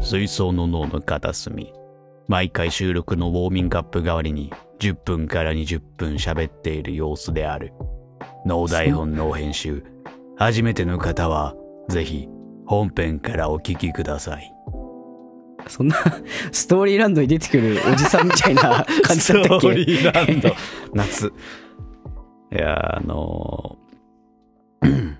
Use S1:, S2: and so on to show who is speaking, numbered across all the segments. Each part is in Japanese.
S1: 水槽の脳の片隅。毎回収録のウォーミングアップ代わりに10分から20分喋っている様子である。脳台本脳編集。初めての方は、ぜひ本編からお聞きくだ さい。
S2: そんなストーリーランドに出てくるおじさんみた いな感じだったっ
S1: ストー
S2: け
S1: リーランド。 夏。いやー、あのー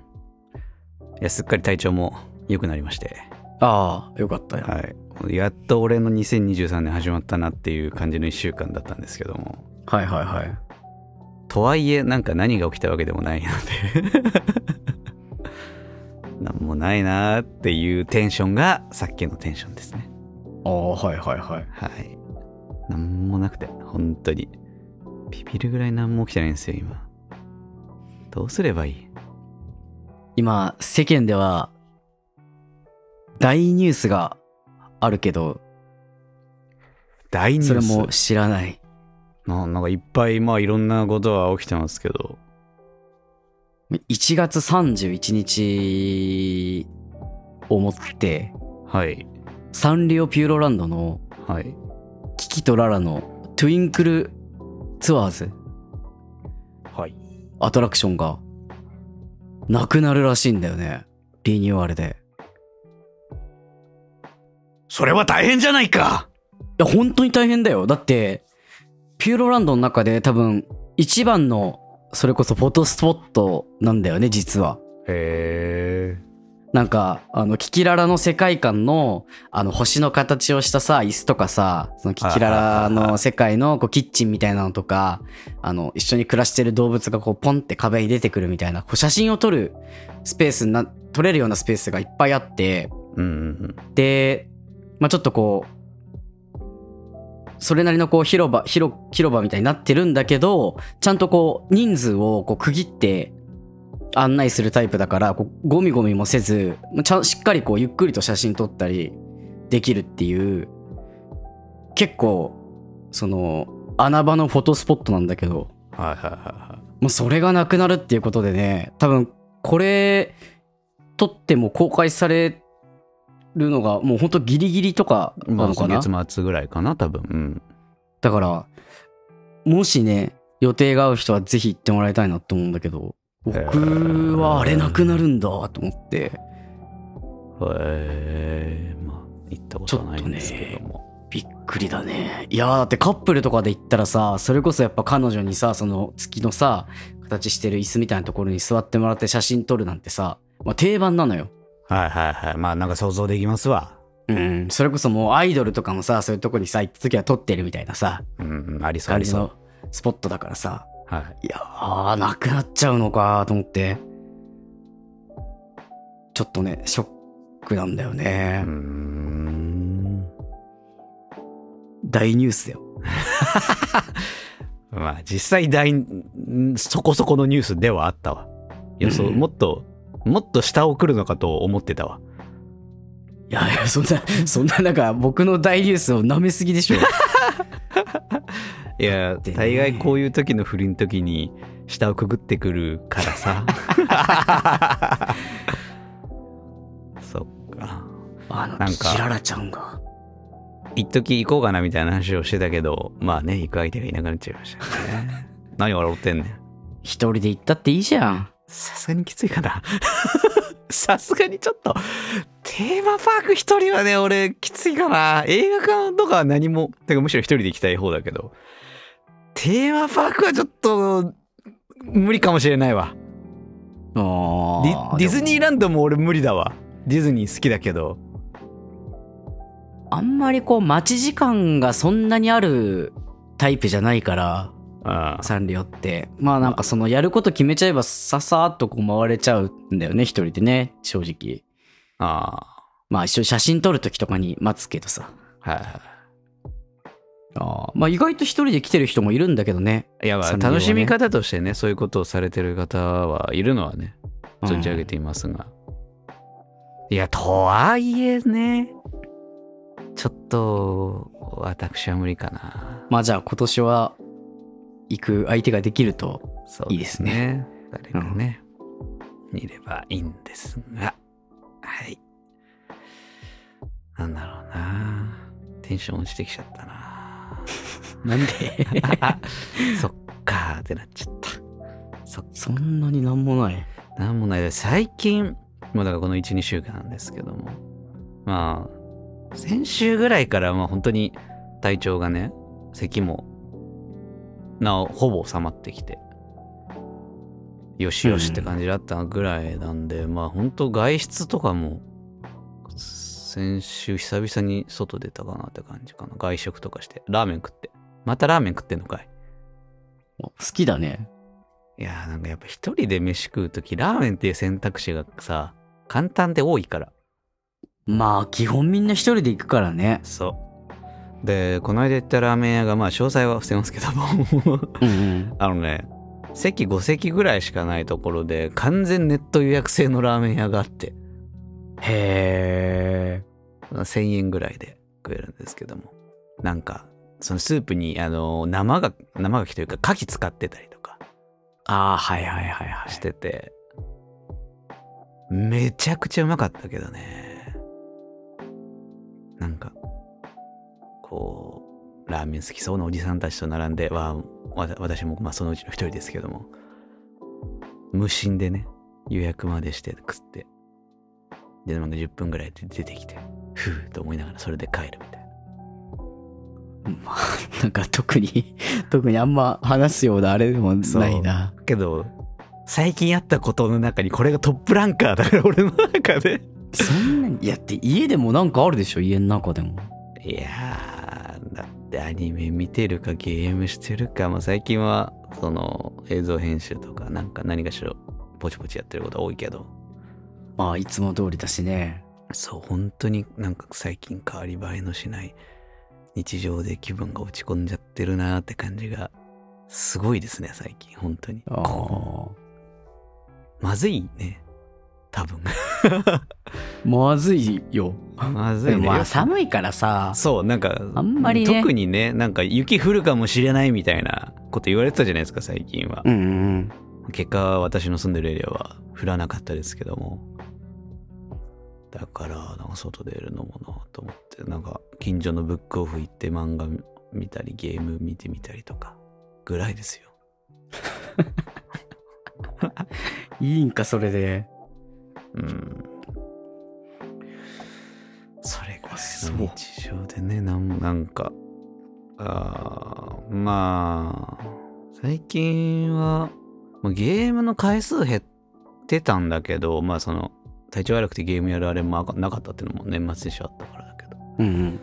S1: いや、すっかり体調も良くなりまして。
S2: ああよかったよ、
S1: はい。やっと俺の2023年始まったなっていう感じの1週間だったんですけども。
S2: はいはいはい
S1: とはいえ、なんか何が起きたわけでもないので。 なんもないなーっていうテンションがさっきのテンションですね。
S2: ああはいはいはい
S1: はい。なんもなくて、本当に。ビビるぐらいなんも起きてないんですよ、今。どうすればいい
S2: 今世間では大ニュースがあるけど
S1: 大ニュース
S2: それも知らない
S1: ななんかいっぱい、まあいろんなことは起きてますけど。
S2: 1月31日をもって
S1: はい。
S2: サンリオピューロランドの
S1: はい。
S2: キキとララのトゥインクルツアーズ
S1: はい。
S2: アトラクションがなくなるらしいんだよねリニューアルで
S1: それは大変じゃないか
S2: いや本当に大変だよだってピューロランドの中で多分一番のそれこそフォトスポットなんだよね実は
S1: へえ。
S2: なんかあのキキララの世界観のあの星の形をしたさ椅子とかさそのキキララの世界のこうキッチンみたいなのとかあの一緒に暮らしてる動物がこうポンって壁に出てくるみたいなこう写真を撮るスペースにな撮れるようなスペースがいっぱいあって
S1: うんうん
S2: で、まあ、ちょっとこうそれなりのこう広場広広場みたいになってるんだけどちゃんとこう人数をこう区切って案内するタイプだからこうゴミゴミもせずまあちゃんしっかりこうゆっくりと写真撮ったりできるっていう結構その穴場のフォトスポットなんだけど
S1: うん。はいはいはいはい。
S2: もうそれがなくなるっていうことでね多分これ撮っても公開されるのがもうほんとギリギリとか
S1: ま
S2: な
S1: あ、
S2: のか
S1: 今
S2: な、
S1: 月末ぐらいかな、多分。うん。
S2: だからもしね予定が合う人はぜひ行ってもらいたいなと思うんだけど僕
S1: へー
S2: はあれなくなるんだと思って
S1: へえ。まあ、行ったことはないんですけども。
S2: びっくりだねいやーだってカップルとかで行ったらさそれこそやっぱ彼女にさその月のさ形してる椅子みたいなところに座ってもらって写真撮るなんてさ、まあ、定番なのよ
S1: はいはいはい。まあ、なんか想像できますわ。
S2: うん、それこそもうアイドルとかもさそういうとこにさ行った時は撮ってるみたいなさ
S1: うんうん、ありそうあ
S2: 感
S1: り
S2: じ
S1: そう。
S2: のスポットだからさ
S1: はい。
S2: いやーなくなっちゃうのかと思ってちょっとねショックなんだよ
S1: う
S2: ね
S1: ー、ん。
S2: 大ニュースだよ
S1: まあ、実際大、そこそこのニュースではあったわ。予想、
S2: うん
S1: もっと、もっと下を来るのかと思ってたわ。
S2: いやいや そんなそんななんか僕の大ニュースを舐めすぎ でしょ
S1: いや、
S2: ってね
S1: 大概こういう時の不倫の時に、下をくぐってくるから さ。そっか。
S2: あの
S1: なんか
S2: キララちゃんが
S1: 一時行こうかなみたいな話をしてたけど、まあね、行く相手がいなくなっちゃいました ね。何笑ってんねん。
S2: 一人で行ったっていいじゃん
S1: さすがにきついかな。 さすがにちょっと、テーマパーク一人はね、俺、きついかな。映画館とかは何も、てかむしろ一人で行きたい方だけど、テーマパークはちょっと、無理かもしれないわ。
S2: あ
S1: ディ
S2: ー
S1: ディズ
S2: で
S1: ニーランドも俺無理だわ。ディズニー好きだけど。
S2: もあんまりこう待ち時間がそんなにあるタイプじゃないから
S1: うん。
S2: サンリオってまあなんかそのやること決めちゃえばささーっとこう回れちゃうんだよね一人でね正直
S1: あ
S2: まあ一緒に写真撮る時とかに待つけどさ
S1: あ。はいはい。
S2: あーまあ意外と一人で来てる人もいるんだけどね
S1: いや、まあ
S2: 産業はね
S1: 楽しみ方としてね、そういうことをされてる方はいるのはね、
S2: うん
S1: 存じ上げていますが。いや、とはいえね、ちょっと、私は無理かな。
S2: まあじゃあ今年は行く相手ができると
S1: そう
S2: いいですね。
S1: 誰かね、いればいいんですが。はい。なんだろうな。テンション落ちてきちゃったな
S2: なんで
S1: そっかーってなっちゃったそっか
S2: そんなになんもない。
S1: なんもないです最近もうだからこの12週間なんですけどもまあ先週ぐらいからまあ本当に体調がね咳もなおほぼ収まってきてよしよしって感じだったぐらいなんで、まあ本当外出とかも先週久々に外出たかなって感じかな外食とかしてラーメン食ってまたラーメン食ってんのかい
S2: 好きだね。
S1: いやーなんかやっぱ一人で飯食うときラーメンっていう選択肢がさ簡単で多いから
S2: まあ、基本みんな一人で行くからね。
S1: そうでこの間行ったラーメン屋がまあ詳細は伏せますけども
S2: うんうん。
S1: あのね席5席ぐらいしかないところで完全ネット予約制のラーメン屋があって
S2: へえ。
S1: 1000円ぐらいで食えるんですけどもなんかそのスープにあの生が生牡蠣というか牡蠣使ってたりとか
S2: ああ、はいはいはいは
S1: し
S2: い。
S1: てて、めちゃくちゃうまかったけどねなんかこうラーメン好きそうなおじさんたちと並んでわあわた私もまあそのうちの一人ですけども無心でね予約までして食ってでなんか10分ぐらいで出てきてふうと思いながらそれで帰るみたいな
S2: まあ、なんか特に、特にあんま話すようなあれでもないな。
S1: けど最近あったことの中にこれがトップランカーだから俺の中で
S2: そんなに、いやって家でもなんかあるでしょ、家の中でも。
S1: いやーだってアニメ見てるかゲームしてるか、まあ、最近はその映像編集とかなんか何かしらポチポチやってることは多いけど
S2: まあ、いつも通りだしね。
S1: そう本当になんか最近変わり映えのしない日常で気分が落ち込んじゃってるなーって感じがすごいですね最近本当に
S2: あ
S1: こ
S2: あ。
S1: うまずいね多分
S2: まずいよ。
S1: まずい
S2: で
S1: ね
S2: もまあ、 寒いからさ。
S1: そうなんか
S2: あんまりね
S1: 特にねなんか雪降るかもしれないみたいなこと言われてたじゃないですか最近は
S2: うんうんうん。
S1: 結果私の住んでるエリアは降らなかったですけどもだからなんか外出るのもなと思ってなんか近所のブックオフ行って漫画見たりゲーム見てみたりとかぐらいですよ
S2: いいんか、それで。
S1: うんそれが
S2: あそう
S1: 日常でねなんもなんかあーまあ最近はまあゲームの回数減ってたんだけどまあその体調悪くてゲームやるあれもなかったっていうのも年末年始あったからだけど
S2: うんうん。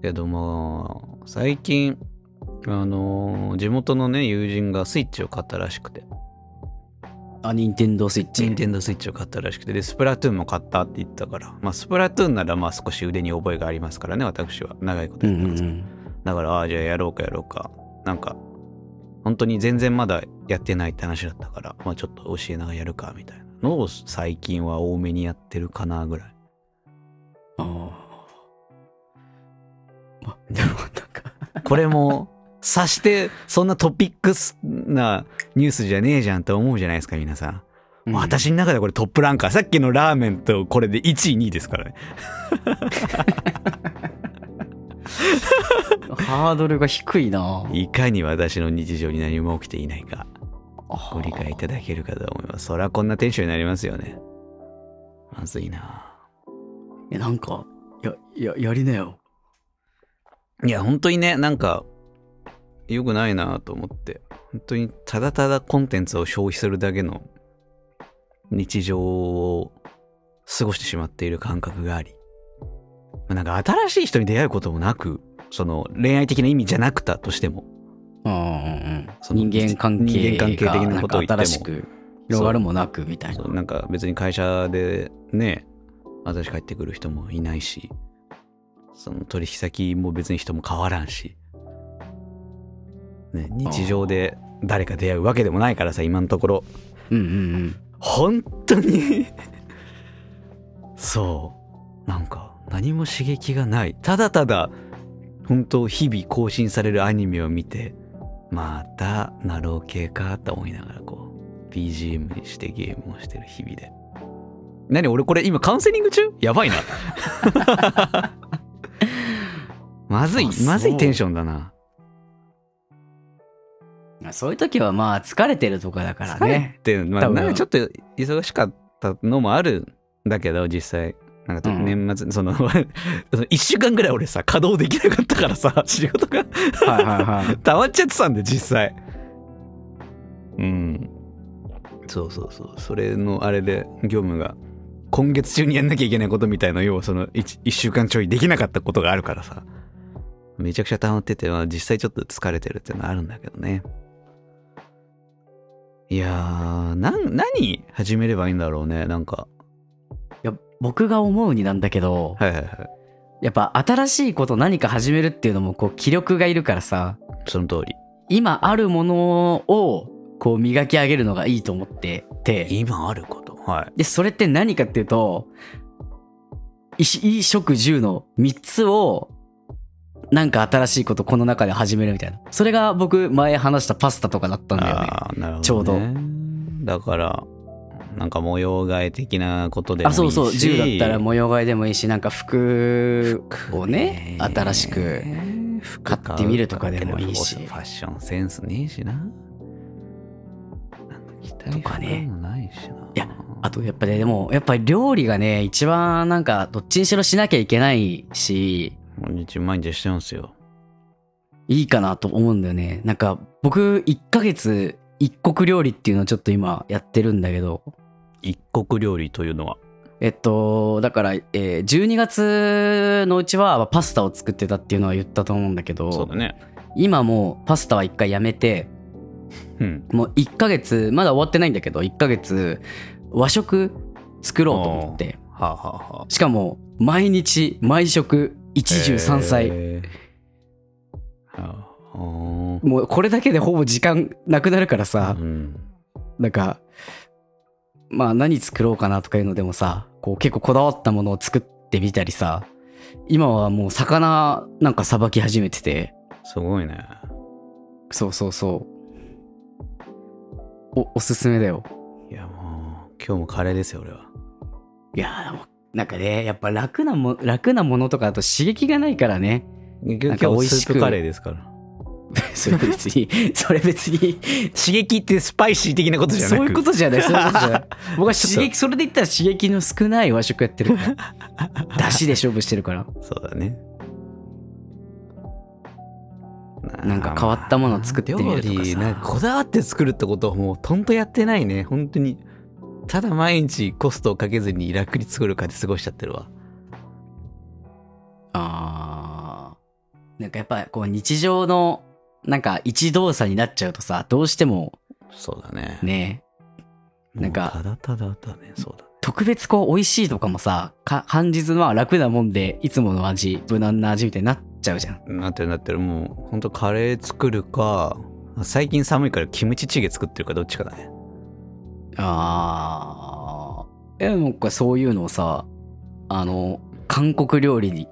S1: けどまあ最近あのー地元のね友人がスイッチを買ったらしくて
S2: あ、ニンテンドースイッチ。
S1: 任天堂スイッチを買ったらしくてでスプラトゥーンも買ったって言ってたから、まあ、スプラトゥーンならまあ少し腕に覚えがありますからね私は長いこと
S2: う
S1: やっ
S2: ん
S1: て
S2: う
S1: ます
S2: ん
S1: け
S2: う
S1: ど、
S2: ん。
S1: だからああじゃあやろうかやろうかなんか本当に全然まだやってないって話だったから、まあ、ちょっと教えながらやるかみたいなのを最近は多めにやってるかなぐらい
S2: ああ。ま、でもなんか、
S1: これ も察してそんなトピックスなニュースじゃねえじゃんと思うじゃないですか皆さん、私の中ではこれトップランカーさっきのラーメンとこれで1位2位ですからね
S2: ハードルが低いない
S1: かに私の日常に何も起きていないかご
S2: ご
S1: 理解いただけるかと思います。そらこんなテンションになりますよね。まずいな
S2: えなんかやややりなよ
S1: いや、本当にね、なんか、良くないなと思って。本当にただただコンテンツを消費するだけの日常を過ごしてしまっている感覚があり。まあなんか新しい人に出会うこともなく、その恋愛的な意味じゃなくたとしても、
S2: うんうん
S1: その
S2: 人間関係
S1: 人間関係的なことを言っても
S2: がんか新しく広がるもなくみたいな
S1: そうなんか別に会社でね新しく帰ってくる人もいないしその取引先も別に人も変わらんし、ね、日常で誰か出会うわけでもないからさ今のところ
S2: うんうんうん
S1: 本当にそうなんか何も刺激がないただただ本当日々更新されるアニメを見てまたナロー系かと思いながらこう BGM にしてゲームをしてる日々で 何俺これ今カウンセリング中やばいなまずい
S2: あそう
S1: まずいテンションだな
S2: そういう時はまあ疲れてるとかだから
S1: 疲れ
S2: ね。
S1: てまあ、
S2: 多分
S1: なんかちょっと忙しかったのもあるんだけど実際なんか
S2: うん
S1: 年末、その 1週間ぐらい俺さ稼働できなかったからさ仕事が
S2: はいはいはい。
S1: 溜まっちゃってたんで実際うんそうそうそうそれのあれで業務が今月中にやんなきゃいけないことみたいな要はその 1, 週間ちょいできなかったことがあるからさめちゃくちゃ溜まってて、まあ、実際ちょっと疲れてるっていうのはあるんだけどねいやーなん何始めればいいんだろうねなんか
S2: いや僕が思うになんだけど、
S1: はいはいはい
S2: やっぱ新しいこと何か始めるっていうのもこう気力がいるからさ、
S1: その通り
S2: 今あるものをこう磨き上げるのがいいと思ってて、
S1: 今あることはい
S2: で、それって何かっていうと、衣衣食住の3つをなんか新しいことこの中で始めるみたいな。それが僕前話したパスタとかだったんだよね。
S1: あーなるほどね
S2: ちょうど
S1: だからなんか模様替え的なことでもい
S2: あ
S1: いし
S2: そうそう銃だったら模様替えでもいいしなんか服をね
S1: 服
S2: 新しく
S1: 服
S2: 買ってみるとかでもいいし
S1: ファッションセンスねえしななんか着たい
S2: とかね
S1: 服もないしない
S2: やあとやっぱねでもやっぱり料理がね一番なんかどっちにしろしなきゃいけないし
S1: 毎日毎日してますよ
S2: いいかなと思うんだよねなんか僕1ヶ月一国料理っていうのをちょっと今やってるんだけど
S1: 一国料理というのは
S2: えっとだから、えー12月のうちはパスタを作ってたっていうのは言ったと思うんだけ
S1: そう
S2: ど
S1: だね
S2: 今もうパスタは1回やめて
S1: うん
S2: もう1ヶ月まだ終わってないんだけど1ヶ月和食作ろうと思って
S1: はあ、はあはあ、
S2: しかも毎日毎食23歳、
S1: へえはあは
S2: もうこれだけでほぼ時間なくなるから
S1: あ
S2: さ、
S1: うん
S2: なんかまあ何作ろうかなとかいうのでもさこう結構こだわったものを作ってみたりさ今はもう魚なんかさばき始めてて
S1: すごいね
S2: そうそうそうおおすすめだよ
S1: いやもう今日もカレーですよ俺はい
S2: やーでもなんかねやっぱ楽なも楽なものとかだと刺激がないから ね
S1: 今
S2: んか美
S1: 日
S2: 味し
S1: ス
S2: く
S1: ープカレーですから
S2: それ別に、それ別に、
S1: 刺激ってスパイシー的なことじゃなく
S2: そういうことじゃない、そういうことじゃ ない。僕は
S1: ちょ
S2: 刺
S1: っ
S2: 激、それで言ったら刺激の少ない和食やってるから。 だしで勝負してるから。
S1: そうだね
S2: なんか変わったものを作ってみるとかさ
S1: 料理なんかこだわって作るってことをもうとんとやってないね本当にただ毎日コストをかけずに楽に作るかで過ごしちゃってるわ
S2: あー。なんかやっぱこう日常の、なんか一動作になっちゃうとさ、どうしても
S1: そうだね
S2: ね、なんか
S1: もうただただだねそうだね
S2: 特別こう美味しいとかもさ、か感じずまあ楽なもんで、いつもの味、無難な味みたいになっちゃうじゃん。
S1: なってるなってるもう本当カレー作るか最近寒いからキムチチゲ作ってるかどっちかだね
S2: あーえなんかそういうのをさあの韓国料理に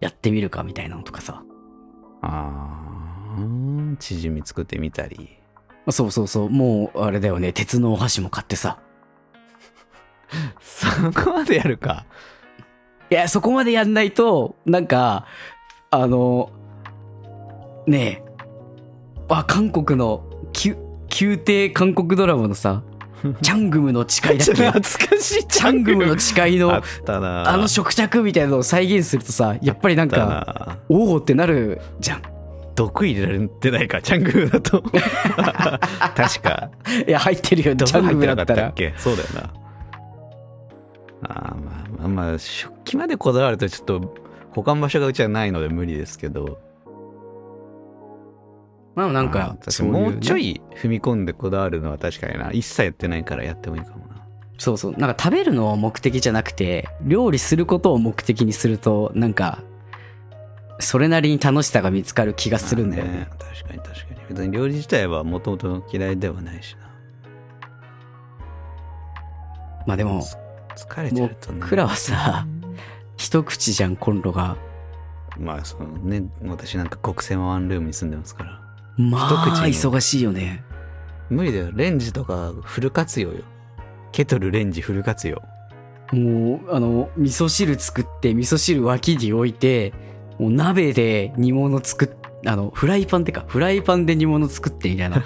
S2: やってみるかみたいなのとかさ
S1: あーチヂミ作ってみたり
S2: そうそうそうもうあれだよね鉄のお箸も買ってさ
S1: そこまでやるか
S2: いやそこまでやんないとなんかあのねえあ韓国のきゅ宮廷韓国ドラマのさチャングムの誓いだっ
S1: 懐
S2: け
S1: かしい
S2: チャングムの誓い
S1: あ
S2: の
S1: ったな
S2: あの食卓みたいなのを再現するとさやっぱりなん
S1: だ
S2: か
S1: な
S2: おおってなるじゃん。
S1: 毒入れられてないかチャングルだ と確か
S2: いや、入ってるよ、ジ
S1: 毒
S2: ャン
S1: 入っ
S2: グ
S1: て
S2: ル
S1: な
S2: だ
S1: か
S2: っ
S1: ったっ
S2: たら。
S1: けそうだよなあーまあまあまあ食器までこだわるとちょっと保管場所がうちはないので無理ですけど
S2: まあ、なん
S1: あー
S2: か
S1: 確、
S2: そういうね
S1: もうちょ。い踏み込んでこだわるのは確かにな一切やってないからやってもいいかもな
S2: そうそう。なんか食べるのを目的じゃなくて、料理することを目的にすると、なんか、それなりに楽しさが見つかる気がするんだよね。
S1: まあ確かに確かに別に料理自体はもともと嫌いではないしな
S2: まあでも、
S1: つ疲れちゃうとね
S2: 僕らはさ
S1: うん
S2: 一口じゃん、コンロが。
S1: まあそのね私なんか国際ワンルームに住んでますから
S2: まあ、
S1: 一口に
S2: 忙しいよね。
S1: 無理だよレンジとかフル活用よケトルレンジフル活 用
S2: もう、あの、味噌汁作って、味噌汁脇に置いて、もう鍋で煮物作っあのフライパンでかフライパンで煮物作ってみたいな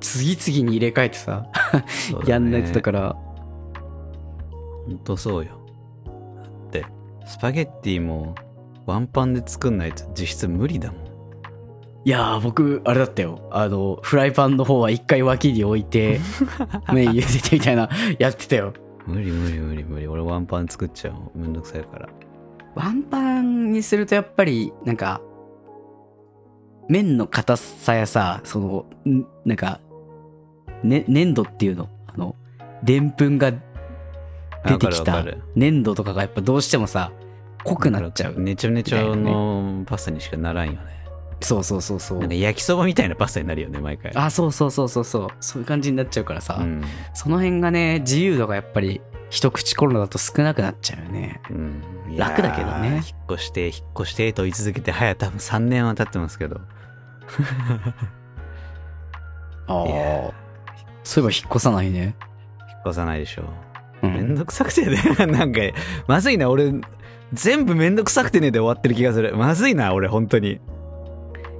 S2: 次々に入れ替えてさ、
S1: そうだね
S2: やんないとだから
S1: ほんとそうよ。だって、スパゲッティもワンパンで作んないと実質無理だもん。
S2: いやー僕あれだったよあのフライパンの方は一回脇に置い て麺茹でてみたいなやってたよ
S1: 無理無理無理無理。俺ワンパン作っちゃう。めんどくさいから。
S2: ワンパンにするとやっぱりなんか麺の硬さやさそのんなんか、ね、粘土っていうのあのでんぷんが出てき
S1: わか
S2: た
S1: るわかる
S2: 粘土とかがやっぱどうしてもさ濃くなっちゃう
S1: ねちょねちょのパスタにしかならんよね。
S2: そうそうそうそう
S1: なんか焼きそばみたいなパスタになるよね、毎回。
S2: あそうそうそうそうそうそういう感じになっちゃうからさ、
S1: うん。
S2: その辺がね自由度がやっぱり一口コロナだと少なくなっちゃうよね
S1: うん、
S2: 楽だけどね
S1: いやー引っ越して、引っ越してと言い続けて、早多分3年は経ってますけど。
S2: あ
S1: いや
S2: あそういえば引っ越さないね、
S1: 引っ越さないでしょ。
S2: う
S1: め
S2: ん、
S1: んどくさくてね。 なんか、まずいな、俺、全部めんどくさくてねで終わってる気がする。まずいな、俺、本当に。
S2: い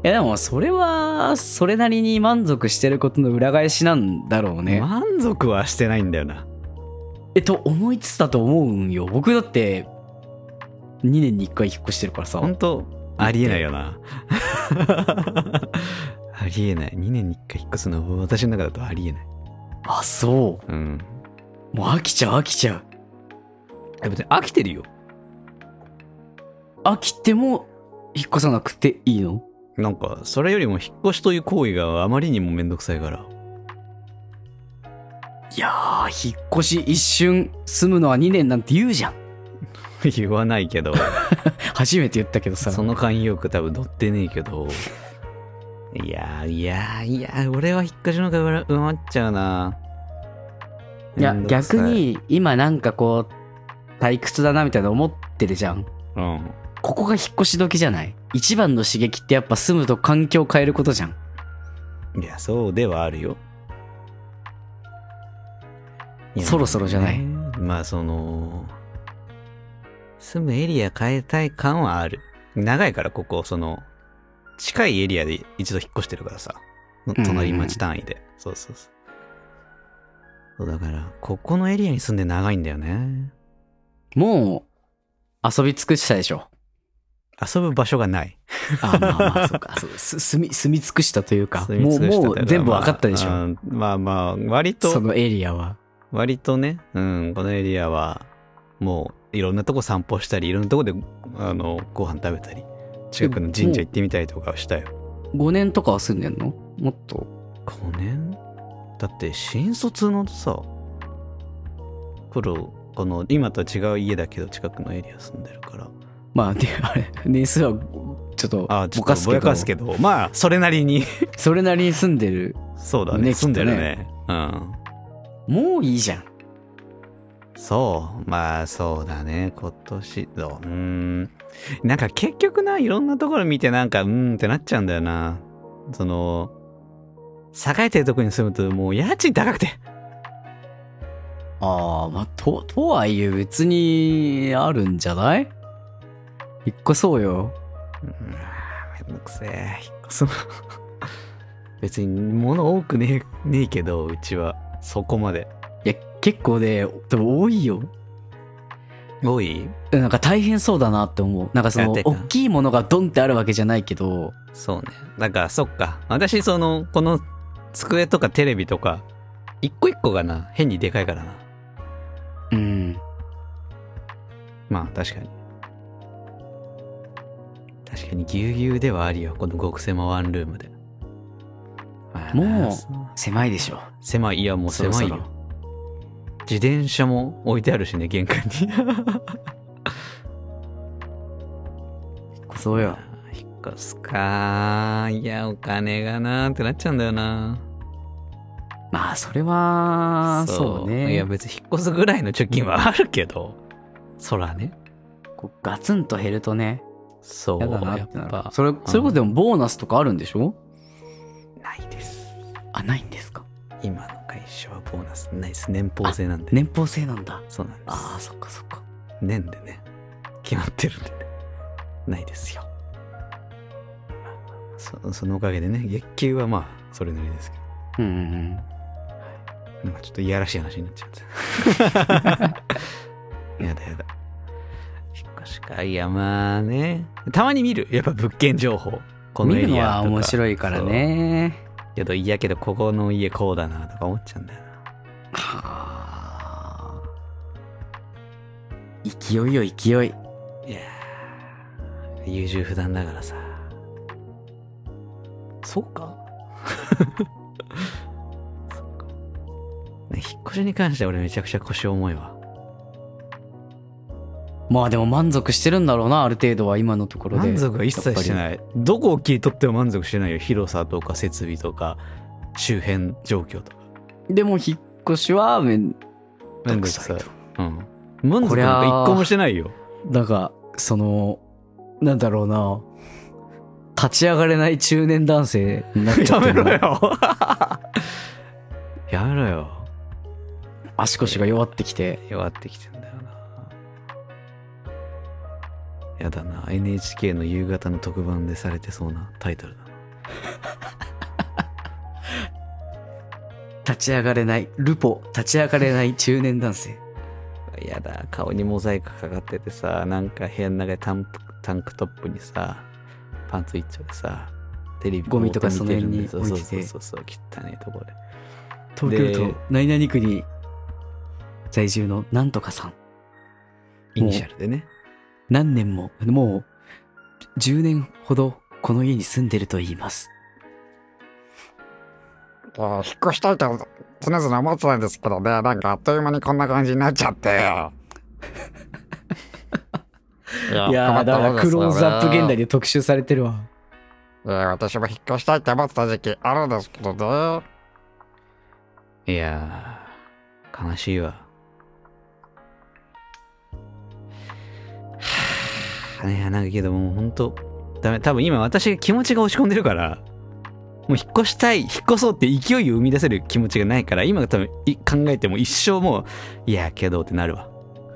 S2: やでもそれはそれなりに満足してることの裏返しなんだろうね、
S1: 満足はしてないんだよな。
S2: えっと思いつつだと思うんよ僕だって2年に1回引っ越してるからさ
S1: 本当ありえないよな。 ありえない。2年に1回引っ越すのは私の中だとありえない。
S2: あそ
S1: うん。
S2: うもう飽きちゃう飽きちゃう
S1: え別に飽きてるよ。
S2: 飽きても引っ越さなくていいの
S1: なんか、それよりも引っ越しという行為があまりにもめんどくさいから。
S2: いやー引っ越し一瞬住むのは2年なんて言うじゃん
S1: 言わないけ ど、
S2: 初めて言ったけどさ
S1: その慣用句多分乗ってねえけど。いやー、いやー、いやー、俺は引っ越しの方が埋まっちゃうな。
S2: いや
S1: めんどくさ
S2: 逆。に今なんかこう退屈だなみたいな思ってるじゃん
S1: うん。
S2: ここが引っ越し時じゃない一番の刺激ってやっぱ住むと環境を変えることじゃん
S1: いや、そうではあるよ。いや
S2: そろそろじゃない
S1: ねまあ、その、住むエリア変えたい感はある。長いから、ここ、その、近いエリアで一度引っ越してるからさ。隣町単位で。そうそうそう。そうだから、ここのエリアに住んで長いんだよね。
S2: もう遊び尽くしたでしょ
S1: 遊ぶ場所がない。
S2: あまあ まあそうかそうす住み住み尽くしたというか
S1: 住み
S2: もう
S1: 尽くした
S2: も
S1: という
S2: 全部
S1: まあ
S2: 分かったでしょ
S1: うんまあまあ、割と
S2: そ、のエリアは
S1: 割とね、うん、このエリアは、もう、いろんなとこ散歩したり、いろんなとこで、あの、ご飯食べたり、近くの神社行ってみたりとかはしたよ。
S2: 5年とかは住んでんのもっと
S1: 5年だって、新卒のさ、頃、この、今とは違う家だけど、近くのエリア住んでるから。
S2: まあであれ年数はちょっと
S1: あ、ちょっと
S2: ぼかす
S1: ぼ
S2: け
S1: や
S2: ど
S1: かすけど、まあ、それなりに。
S2: それなりに住んでる
S1: そうだね。
S2: ね
S1: 住んでるねうん。
S2: もういいじゃん
S1: そう。まあ、そうだね。今年、そう。うーん。なんか結局な、いろんなところ見てなんか、うーんってなっちゃうんだよな。その、栄えてるとこに住むともう家賃高くて。
S2: ああ、まあ、と、とはいえ別にあるんじゃない引っ越そうよ。
S1: うん、めんどくせえ。引っ越すの。 別に物多くねえ、ねえけど、うちは。そこまで。
S2: いや、結構ね、でも多いよ。
S1: 多い
S2: なんか大変そうだなって思う。なんかその
S1: いや、てか
S2: 大きいものがドンってあるわけじゃないけど、
S1: そうね。なんか、そっか。私、その、この机とかテレビとか、一個一個がな、変にでかいからな。
S2: うん。
S1: まあ、確かに。確かに、ぎゅうぎゅうではあるよ。この極狭ワンルームで。まあ
S2: もう
S1: な
S2: 狭いでしょ。
S1: 狭い。いや、もう狭いよ。
S2: そろそろ
S1: 自転車も置いてあるしね、玄関 に。
S2: 引っ越そうよ。
S1: 引っ越すか。いや、お金がなーってなっちゃうんだよな。
S2: まあ、それは、そうね。
S1: いや、別に引っ越すぐらいの貯金はあるけど、そらね。
S2: こうガツンと減るとね、
S1: そう、
S2: やだな
S1: や
S2: っ
S1: って
S2: なる
S1: ぱ。
S2: それ、それこそでもボーナスとかあるんでしょ
S1: ないです。
S2: あ、ないんですか。
S1: 今の会社はボーナスないです。年俸制なんで。
S2: 年俸制なんだ。
S1: そうなんで
S2: ああ、
S1: す。
S2: そっかそっか。
S1: 年でね。決まってるんでね。ないですよ。そそのおかげでね、月給はまあ、それなりですけど、
S2: うんうんうん。
S1: なんかちょっといやらしい話になっちゃった。 やだやだ。引っ越しか。いや、まあね。たまに見る。やっぱ物件情報。この
S2: 見
S1: エ
S2: る
S1: リ
S2: の
S1: ア
S2: は
S1: とか。
S2: 面白いからね。
S1: そう。けど、いやけど、ここの家こうだなとか思っちゃうんだよな。
S2: はあ。勢いよ、勢い。
S1: いやー優柔不断だからさ。そう かそうかね、引っ越しに関しては俺めちゃくちゃ腰重いわ。
S2: まあでも満足してるんだろうな、ある程度は今のところで。
S1: 満足は一切して
S2: い。
S1: ない。どこを切り取っても満足してないよ。広さとか設備とか、周辺状況とか。
S2: でも引っ越しは、めん
S1: めんどくさい。うん。満足
S2: こり
S1: なん
S2: ゃ
S1: か
S2: あ
S1: 一個もしてないよ。
S2: なんか、その、なんだろうな。立ち上がれない中年男性になっちゃ
S1: や
S2: って
S1: め
S2: るな
S1: ろよ。 やめろよ。
S2: 足腰が弱ってきて。
S1: 弱ってきてんだよな。やだな。NHK の夕方の特番でされてそうなタイトルだな。
S2: 立ち上がれない。ルポ、立ち上がれない中年男性。
S1: やだ。顔にモザイクかかっててさ、なんか部屋の中でタンプタンクトップにさ、パンツ一丁でさ、テレビ
S2: ゴミとかその辺に
S1: 見てるんだよ
S2: 置いてて
S1: そうそうそうそう、汚いところで。
S2: 東京
S1: で
S2: 都何々区に在住のなんとかさん。
S1: イニシャルでね。
S2: 何年も、もう10年ほどこの家に住んでると言います。
S3: えー引っ越したいと常々思ってたんですけどね、なんかあっという間にこんな感じになっちゃって。 い
S2: いやー、だからクローズアップ現代
S3: に。
S2: で特集されてるわ。
S3: えー私も引っ越したいって思ってた時期あるんですけどね。
S1: いやー、悲しいわ。はあねなんかけどもうほんと、ダメ。多分今私が気持ちが落ち込んでるから、もう引っ越したい、引っ越そうって勢いを生み出せる気持ちがないから、今多分い考えても一生もう、いやけどってなるわ。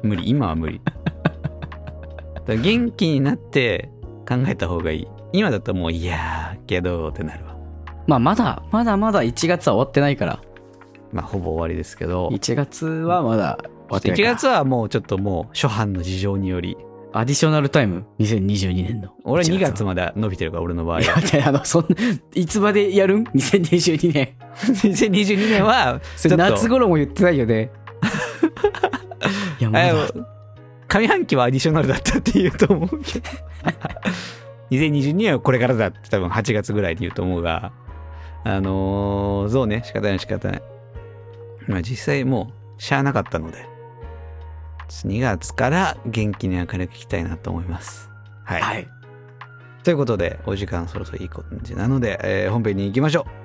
S1: 無理、今は無理。だから元気になって考えた方がいい。今だともう、いやけどってなるわ。
S2: まあまだ、まだまだ1月は終わってないから。
S1: まあほぼ終わりですけど。
S2: 1月はまだ終わってない
S1: 1
S2: から。
S1: 月はもうちょっともう初版の事情により
S2: アディショナルタイム ?2022 年の。
S1: 俺は2
S2: 1
S1: 月
S2: は
S1: まで伸びてるから俺の場合
S2: い
S1: は
S2: や、いやあの、そん、いつまでやるん ?2022 年。
S1: 2022年 は
S2: そ
S1: ちょ
S2: れ
S1: っと
S2: 夏頃も言ってないよね。 いや、ま
S1: あ
S2: だ。
S1: 上半期はアディショナルだったって言うと思うけ ど2022年はこれからだって多分8月ぐらいに言うと思うがあのーそうね仕方ない仕方ないまあ実際もうしゃあなかったので2月から元気に明るくいきたいなと思いますはい、
S2: はい。
S1: ということでお時間そろそろいい感じなので、えー本編に行きましょう